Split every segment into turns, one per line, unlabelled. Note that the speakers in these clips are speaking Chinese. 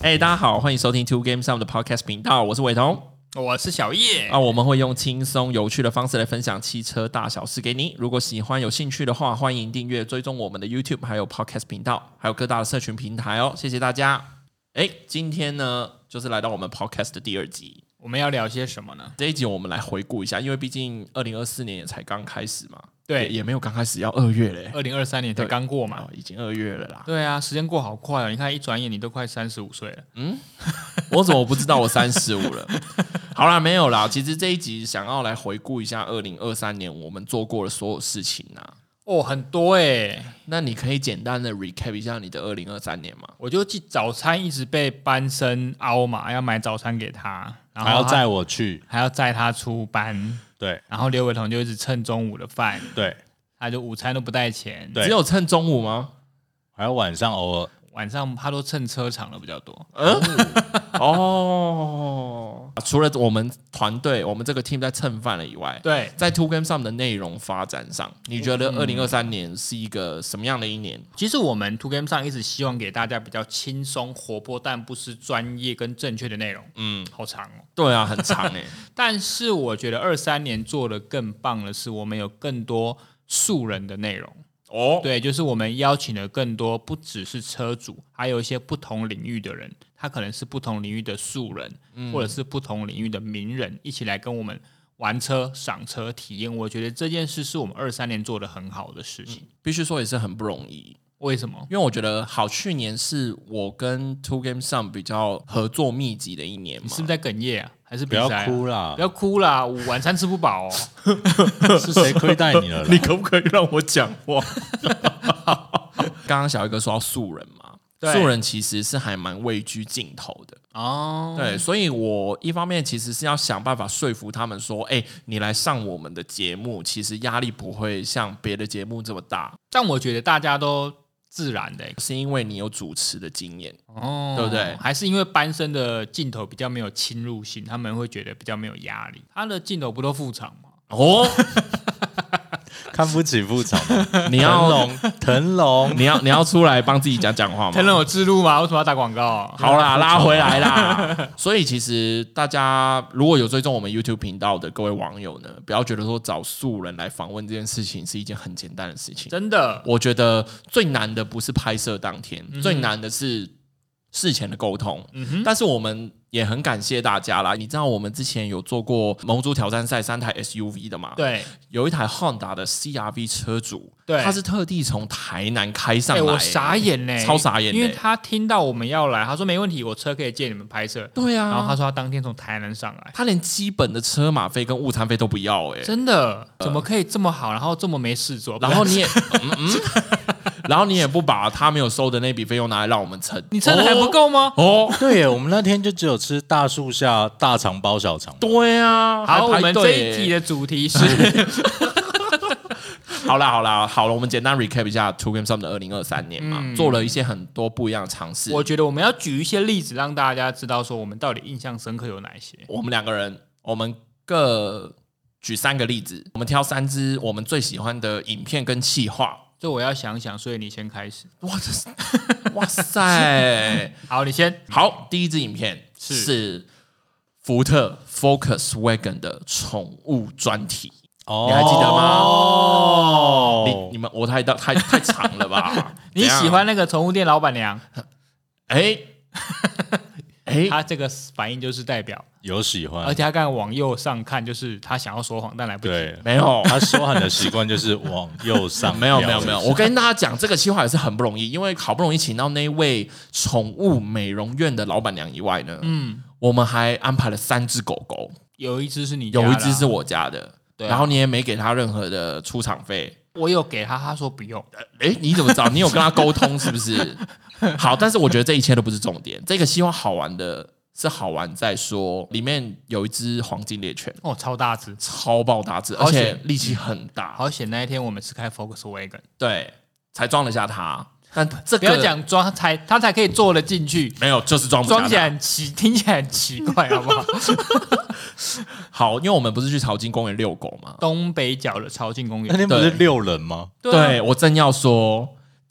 哎、大家好，欢迎收听 Two Game Some 的 Podcast 频道，我是伟彤。
哦我是小叶，
啊，我们会用轻松有趣的方式来分享汽车大小事给你。如果喜欢、有兴趣的话，欢迎订阅、追踪我们的 YouTube，还有 Podcast 频道，还有各大的社群平台哦。谢谢大家。哎，今天呢，就是来到我们 Podcast 的第二集。
我们要聊些什么呢？
这一集我们来回顾一下，因为毕竟二零二四年也才刚开始嘛，也
对，
也没有刚开始，要二月嘞，
二零二三年才
对
刚过嘛
啊
哦，，已经二月了啦。
对啊，时间过好快哦，你看一转眼你都快三十五岁了，
我怎么不知道我三十五了？ 好啦，没有啦。其实这一集想要来回顾一下二零二三年我们做过的所有事情啊。
哦，很多哎、
那你可以简单的 recap 一下你的二零二三年吗？
我就记早餐一直被班生凹嘛，要买早餐给他，然后
还要
他
载我去，
啊
还要载他出班，
对
然后刘伟彤就一直蹭中午的饭，
对，
他就午餐都不带钱，
对
只有趁中午吗？
还有晚上偶尔
晚上他都蹭车场的比较多，
呃 哦，除了我们团队，我们这个 team 在蹭饭了以外，
对，
在 Two Game 上的内容发展上，你觉
嗯
得二零二三年是一个什么样的一年？
其实我们 Two Game 上一直希望给大家比较轻松、活泼，但不失专业跟正确的内容。
嗯，
好长哦，
对啊，很长
欸
哎、
但是我觉得二三年做的更棒的是，我们有更多素人的内容。
哦，
对，就是我们邀请了更多，不只是车主，还有一些不同领域的人，他可能是不同领域的素人，
嗯
或者是不同领域的名人，一起来跟我们玩车、赏车、体验。我觉得这件事是我们二三年做的很好的事情。
嗯
必须说也是很不容易，
为什么？
因为我觉得好去年是我跟 Two Game 上比较合作密集的一年嘛
你。是不是在哽咽啊？还是比
不
赛啊、
要哭啦
不，要哭啦，我晚餐吃不饱哦。
是谁 亏待你 了啦？
可不可以让我讲话？ 刚刚小一哥说到素人嘛，
对
素人其实是还蛮畏惧镜头的，
哦，
对，所以我一方面其实是要想办法说服他们说，哎、你来上我们的节目，其实压力不会像别的节目这么大，
但我觉得大家都自然的、欸
是因为你有主持的经验，
哦，
对不对
还是因为班生的镜头比较没有侵入性，他们会觉得比较没有压力。他的镜头不都副场吗？
哦，
看不起副厂吗，
你
腾
要
龙，腾龙，
你要你要出来帮自己讲讲 话吗？
陈龙有自录吗？为什么要打广告？
哦好啦，拉回来啦。 所以其实大家如果有追踪我们 YouTube 频道的各位网友呢，不要觉得说找素人来访问这件事情是一件很简单的事情。
真的，
我觉得最难的不是拍摄当天，最难的是事前的沟通。
嗯哼，
但是我们也很感谢大家啦。你知道我们之前有做过蒙珠挑战赛三台 SUV 的嘛？，
对，
有一台 Honda 的 CRV 车主，
对
他是特地从台南开上
哎、
来、
我傻眼呢、
超傻眼的
因为他听到我们要来，他说没问题，我车可以借你们拍摄。
对啊，
然后他说他当天从台南上来，
他连基本的车马费跟误餐费都不要哎、
真的怎么可以这么好，然后这么没事做？
然后你也嗯嗯，然后你也不把他没有收的那笔费用拿来让我们蹭，
你撑的还不够吗？
哦？哦
对耶，我们那天就只有吃大树下大肠包小肠，
对啊，
好，我
还排
们这
队
一
欸
集的主 题是
好啦好啦好了，我们简单 recap 一下 Two Game Sum 的二零二三年嘛，做了一些很多不一样的尝试。
嗯我
我
觉得我们要举一些例子，让大家知道说我们到底印象深刻有哪一些。
我们两个人，我们各举三个例子，我们挑三支我们最喜欢的影片跟企 划。
这我要想想，所以你先开始。
哇这是哇塞！
好，你先。
好，第一支影片
是？
福特 Focus Wagon 的宠物专题，
哦
你还记得吗？你
哦，
你们我太大太太长了吧
你喜欢那个宠物店老板娘，
怎样？哎哎，
她这个反应就是代表，
嗯
有喜
而
啊
欢，
且她刚才往右上看，就是她想要说谎，但来不 及。
对，
没有。
他说喊的习惯就是往右上，
没有没有没有，，我跟大家讲，这个计划也是很不容易，因为好不容易请到那位宠物美容院的老板娘以外呢，嗯，我们还安排了三只狗狗，
有一只是你家的
有
啊，
一只是我家的，
对啊
然后你也没给他任何的出场费，
我有给她，她说不用。
哎，你怎么知道？你有跟他沟通是不 是？好，但是我觉得这一切都不是重点。这个希望好玩的是好玩在说，里面有一只黄金猎犬，
哦，超大只，
超爆大只，而
好险
且力气很大，
好险！那一天我们是开 Focus Wagon，
对，才装得下它。但这个
不要讲装，她才她才可以坐得进去。
没有，就是装不下它
装起来很奇，听起来很奇怪，好不好？
好，因为我们不是去朝金公园遛狗吗？
东北角的朝庆公园，
那天不是六人吗？
对,、
啊
我正要说。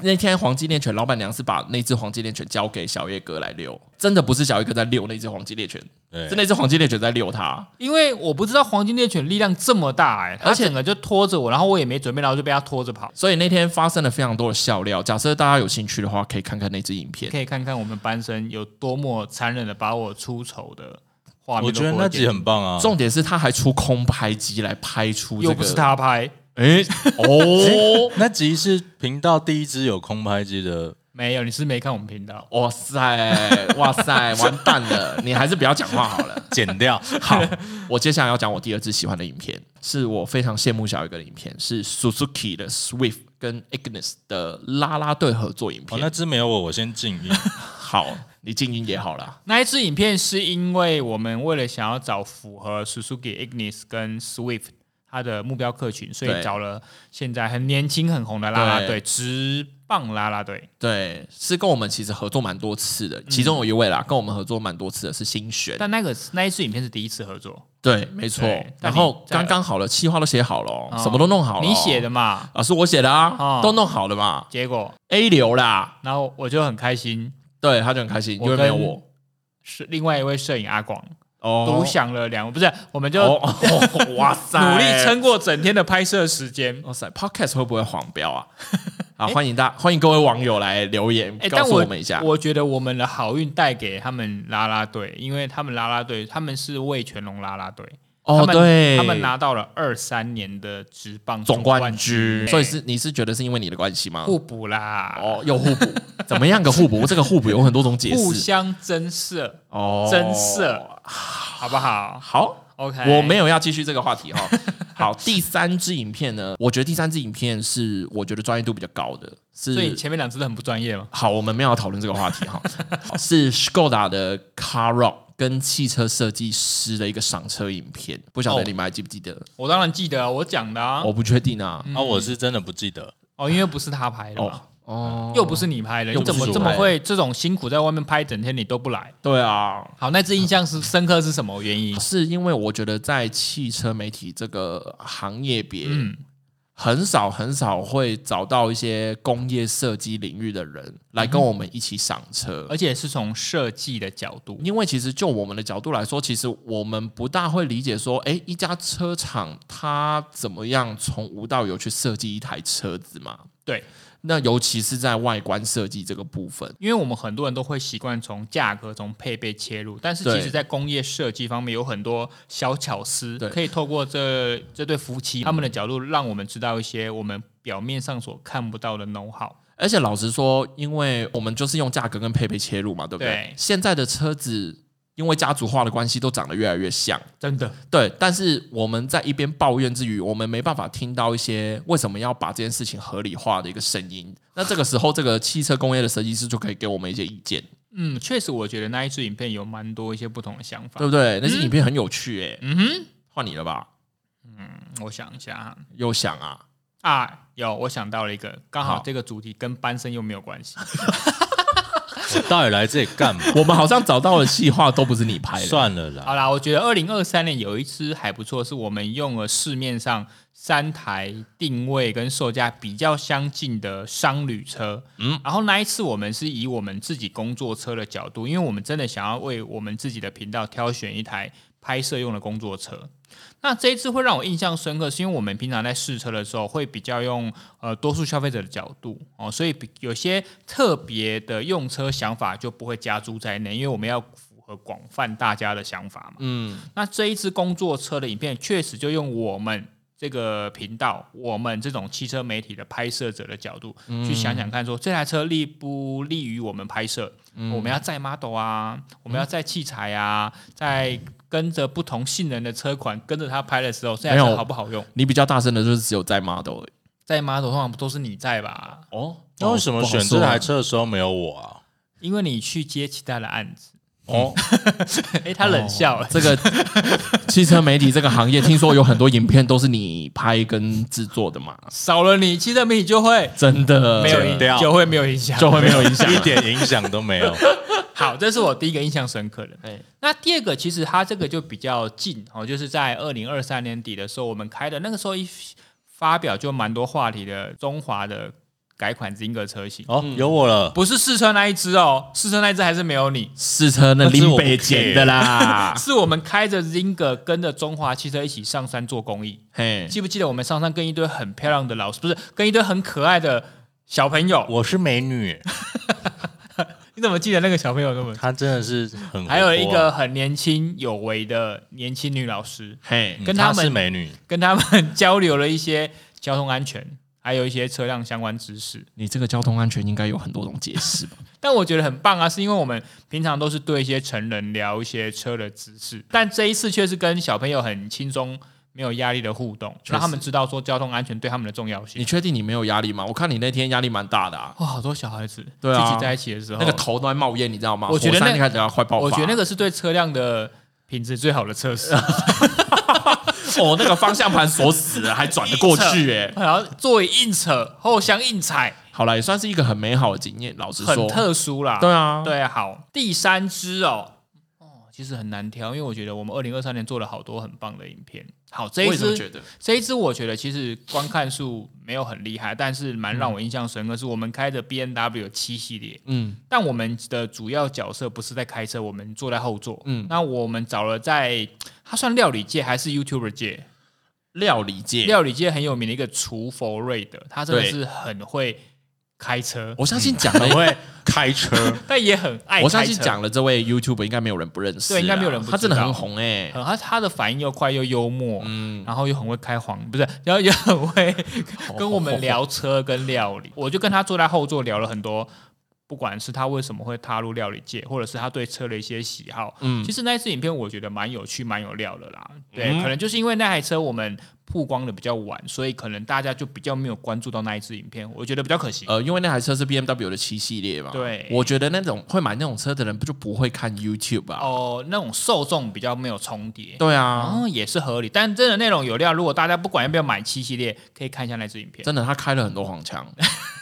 那天黄金猎犬老板娘是把那只黄金猎犬交给小叶哥来遛，真的不是小叶哥在遛那只黄金猎犬，
对
是，那只黄金猎犬在遛他。
因为我不知道黄金猎犬力量这么大哎、它
而且
整个就拖着我，然后我也没准备，然后就被它拖着跑。
所以那天发生了非常多的笑料。假设大家有兴趣的话，可以看看那支影片。
可以看看我们班生有多么残忍的把我出丑的画面
我
都播给
觉得
你。
那集很棒啊。
重点是他还出空拍机来拍出、这个，
又不是，他拍，
哎、哦，
那集是频道第一支有空拍机的，
没有，你是没看我们频道。
哇塞，哇塞，完蛋了！你还是不要讲话好了。
剪掉。
好， 我接下来要讲我第二支喜欢的影片，是我非常羡慕小一个的影片，是 Suzuki 的 Swift 跟 Ignis 的啦啦队合作影
哦，
片。
那支没有我，我先静音。
好，你静音也好啦。
那一支影片是因为我们为了想要找符合 Suzuki Ignis 跟 Swift 它的目标客群，所
对
以找了现在很年轻很红的啦啦
对
队，直棒啦啦队。
对，是跟我们其实合作蛮多次的，其中有一位啦，跟我们合作蛮多次的是新璇。
嗯但那个那一支影片是第一次合作，
对，没错
对。
然
但你
后
在
刚刚好了，企划都写好了哦，
哦
什么都弄好了哦。
你写的嘛？
啊？是我写的啊
哦，
都弄好了嘛
结果，
？A 流啦，
然后我就很开心，
对，他就很开心，因
我
为没有
跟
我。
是另外一位摄影阿广
哦
独享了两，不是，我们就
哦哦，哇塞，
努力撑过整天的拍摄时间。
哇塞，Podcast 会不会黄标 啊？啊，欢迎大欢迎各位网友来留言，
哎、
告
但
诉
我
们一下。
我觉得我们的好运带给他们啦啦队，因为他们啦啦队，他们是魏全龙啦啦队，
哦，
他们
对，
他们拿到了二三年的职棒
总冠
冠
军，
哎
所以是你是觉得是因为你的关系吗？
互补啊啦，
哦，又互补， 怎么样个互补？这个互补有很多种解
互
释。
相增色，
哦，
增色，哎好不好
好，
？OK，
我没有要继续这个话题 哈。好，第三支影片呢，我觉得第三支影片是我觉得专业度比较高的，
所以
是
前面两支都很不专业嘛。
好，我们没有要讨论这个话 题哈，是 Skoda 的 Car Rock 跟汽车设计师的一个赏车影片，不晓得你们还记不记得？
我当然记得啊我讲的啊，
我不确定啊。
啊，我是真的不记得。
哦，因为不是他拍的嘛，
哦，
又不是你拍的，
又
你
不是
怎么
我
这么
拍的
会这种辛苦在外面拍一整天，你都不来？
对啊，
好，那这印象是深刻是什么原因？
是因为我觉得在汽车媒体这个行业别，
嗯
很少很少会找到一些工业设计领域的人来跟我们一起赏车。
而且是从设计的角度，
因为其实就我们的角度来说，其实我们不大会理解说，诶，一家车厂它怎么样从无到有去设计一台车子嘛？
对，
那尤其是在外观设计这个部分，
因为我们很多人都会习惯从价格、从配备切入，但是
对
其实在工业设计方面有很多小巧思
对，
可以透过这这对夫妻他们的角度，让我们知道一些我们表面上所看不到的 know how。
而且老实说，因为我们就是用价格跟配备切入嘛，对不对？
对
现在的车子因为家族化的关系，都长得越来越像。
真的，
对，但是我们在一边抱怨之余，我们没办法听到一些为什么要把这件事情合理化的一个声音。那这个时候，这个汽车工业的设计师就可以给我们一些意见，
嗯，确实，我觉得那一支影片有蛮多一些不同的想法
对。不对？那些影片很有趣、欸，嗯哼，换你了吧？
我想一下啊
又想啊，
啊，有，我想到了一个，刚好
好
这个主题跟班生又没有关系。
我到底来这里 干嘛？
我们好像找到的计划都不是你拍的，
算了啦，
好啦，我觉得二零二三年有一支还不错，是我们用了市面上三台定位跟售价比较相近的商旅车。嗯，然后那一次我们是以我们自己工作车的角度，因为我们真的想要为我们自己的频道挑选一台拍摄用的工作车。那这一次会让我印象深刻，是因为我们平常在试车的时候会比较用呃多数消费者的角度哦，所以比有些特别的用车想法就不会加诸在内，因为我们要符合广泛大家的想法嘛。
嗯，
那这一支工作车的影片确实就用我们这个频道，我们这种汽车媒体的拍摄者的角度、
嗯
去想想看说这台车利不利于我们拍摄？
嗯
我们要载 model 啊，我们要载器材啊，在跟着不同性能的车款跟着它拍的时候，这台
没有
车好不好用？
你比较大声的就是只有在 model 而已
载 model 通常不都是你载吧？
哦。
那为什么
不好
选
说
这
啊
台车的时候没有我啊？
因为你去接其他的案子。
哦，
哎、他冷笑、了。
这个汽车媒体这个行业，听说有很多影片都是你拍跟制作的嘛？
少了你汽车迷你就会
真的
没有
影
影
掉
就会没有影响。
呃就会没有影响 啊
一点影响都没 有。
好，这是我第一个印象深刻的。
哎
那第二个，其实它这个就比较近哦，就是在二零二三年底的时候，我们开的那个时候一发表就蛮多话题的中华的改款金格车型，
哦，有我了，
不是试车那一只哦，试车那一只还是没有你，，
试车那
那是
林
我不
北捡的啦
是我们开着 Zinger 跟着中华汽车一起上山做公益。
嘿，
记不记得我们上山跟一堆很漂亮的老师，不是跟一堆很可爱的小朋友？
我是美女，
你怎么记得那个小朋友那么？
她真的是很活泼啊、
还有一个很年轻有为的年轻女老师，
嘿
嗯，
跟他
她
们
是美女，
跟他们交流了一些交通安全，还有一些车辆相关知识。
你这个交通安全应该有很多种解释吧？
但我觉得很棒啊，是因为我们平常都是对一些成人聊一些车的知识，但这一次却是跟小朋友很轻松、没有压力的互动，
确实
让他们知道说交通安全对他们的重要性
你。确定你没有压力吗？我看你那天压力蛮大的啊，
哇，好多小孩子
对啊
自己在一起的时候，
那个头都在冒烟，你知道吗？
哦我觉得那
火山开始要快爆发，
我觉得那个是对车辆的品质最好的测试。
哦，那个方向盘锁死了，还转得过去哎、
然后座椅硬扯，后箱硬踩，
好了，也算是一个很美好的经验。老实
很
说，
特殊啦。
对啊，
对，好，第三支哦，哦，其实很难挑，因为我觉得我们二零二三年做了好多很棒的影片。好，这
我
一
也这么觉
支
得。
这一支我觉得其实观看数没有很厉害，但是蛮让我印象深刻，是我们开的 B N W 七系列，
嗯，
但我们的主要角色不是在开车，我们坐在后座。
嗯
嗯，那我们找了在他算料理界还是 YouTuber 界？
料理界，
料理界很有名的一个厨佛瑞德，他真的
对
是很会开车，
我相信讲
很
了，
会开车，
但也很哎爱开车。
我相信讲了这位 YouTube 应该没有人不认识啊，
对应该没有人不知
他
道
真的很红哎、
很嗯他他的反应又快又幽默，
嗯，
然后又很会开黄，不是， 然后又很会跟我们聊车跟料理。我就跟他坐在后座聊了很多，不管是他为什么会踏入料理界，或者是他对车的一些喜好。
嗯
其实那一次影片我觉得蛮有趣、蛮有料的啦。对，
嗯
可能就是因为那台车我们曝光的比较晚，所以可能大家就比较没有关注到那一次影片，我觉得比较可惜。
呃，因为那台车是 BMW 的七系列嘛，
对
我觉得那种会买那种车的人，不就不会看 YouTube 啊？
哦、那种受众比较没有重叠。
对啊，
哦，也是合理，但真的内容有料。如果大家不管要不要买七系列，可以看一下那支影片。
真的，他开了很多黄腔，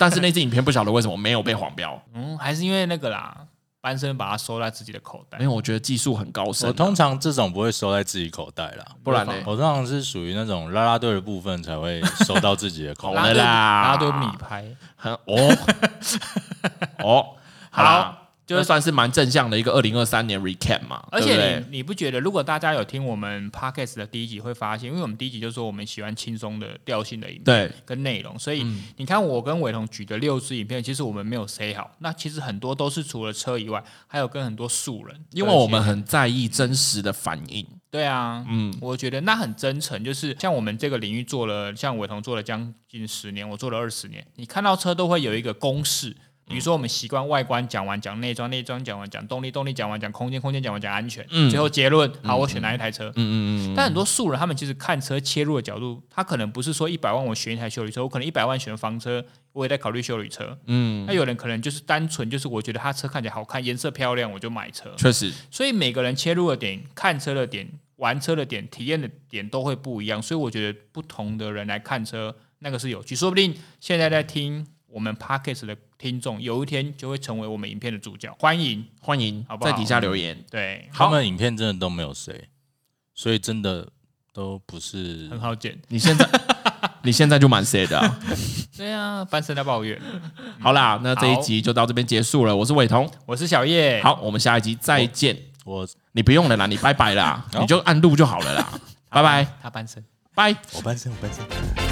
但是那支影片不晓得为什么没有被黄 标，
嗯，还是因为那个啦，班生把它收在自己的口袋
因为。我觉得技术很高深
我
啊、
通常这种不会收在自己口袋啦。
不然呢？
我通常是属于那种啦啦队的部分才会收到自己的 口
好
袋
了。啦
大家都米拍。
很哦 哦，好啦，
就
就是是算是蛮正向的一个二零二三年 recap 嘛，
而
对不
且
对
你你不觉得，如果大家有听我们 podcast 的第一集，会发现，因为我们第一集就说我们喜欢轻松的调性的影片
对嗯
跟内容，所以你看我跟伟彤举的六支影片，其实我们没有 say 好，那其实很多都是除了车以外，还有跟很多素人，
因为我们很在意真实的反应，
对啊，
嗯，
我觉得那很真诚，就是像我们这个领域做了，像伟彤做了将近十年，我做了二十年，你看到车都会有一个公式。比如说，我们习惯外观讲完讲内装，内装讲完讲动力，动力讲完讲空间，空间讲完讲安全，
嗯
最后结论好，我选哪一台车。
嗯嗯嗯
但很多素人他们其实看车切入的角度，他可能不是说一百万我选一台修理车，我可能一百万选房车，我也在考虑修理车。
嗯，
那有人可能就是单纯就是我觉得他车看起来好看，颜色漂亮，我就买车。
确实，
所以每个人切入的点、看车的点、玩车的点、体验的点都会不一样。所以我觉得不同的人来看车，那个是有趣。说不定现在在听我们 podcast 的听众，有一天就会成为我们影片的主角。欢迎，
欢迎
好不好
在底下留言，
对，
他们影片真的都没有谁，所以真的都不是
很好剪。
你现在你现在就蛮 sad 的啊。
对啊，班神在抱怨。
好啦，那这一
好
集就到这边结束了，我是伟彤，
我是小叶，，
好，我们下一集再见。
我
你不用了啦，你拜拜啦，
好
你就按录就好了啦，拜拜
他班神。
拜。
我半身我半身。
拜拜。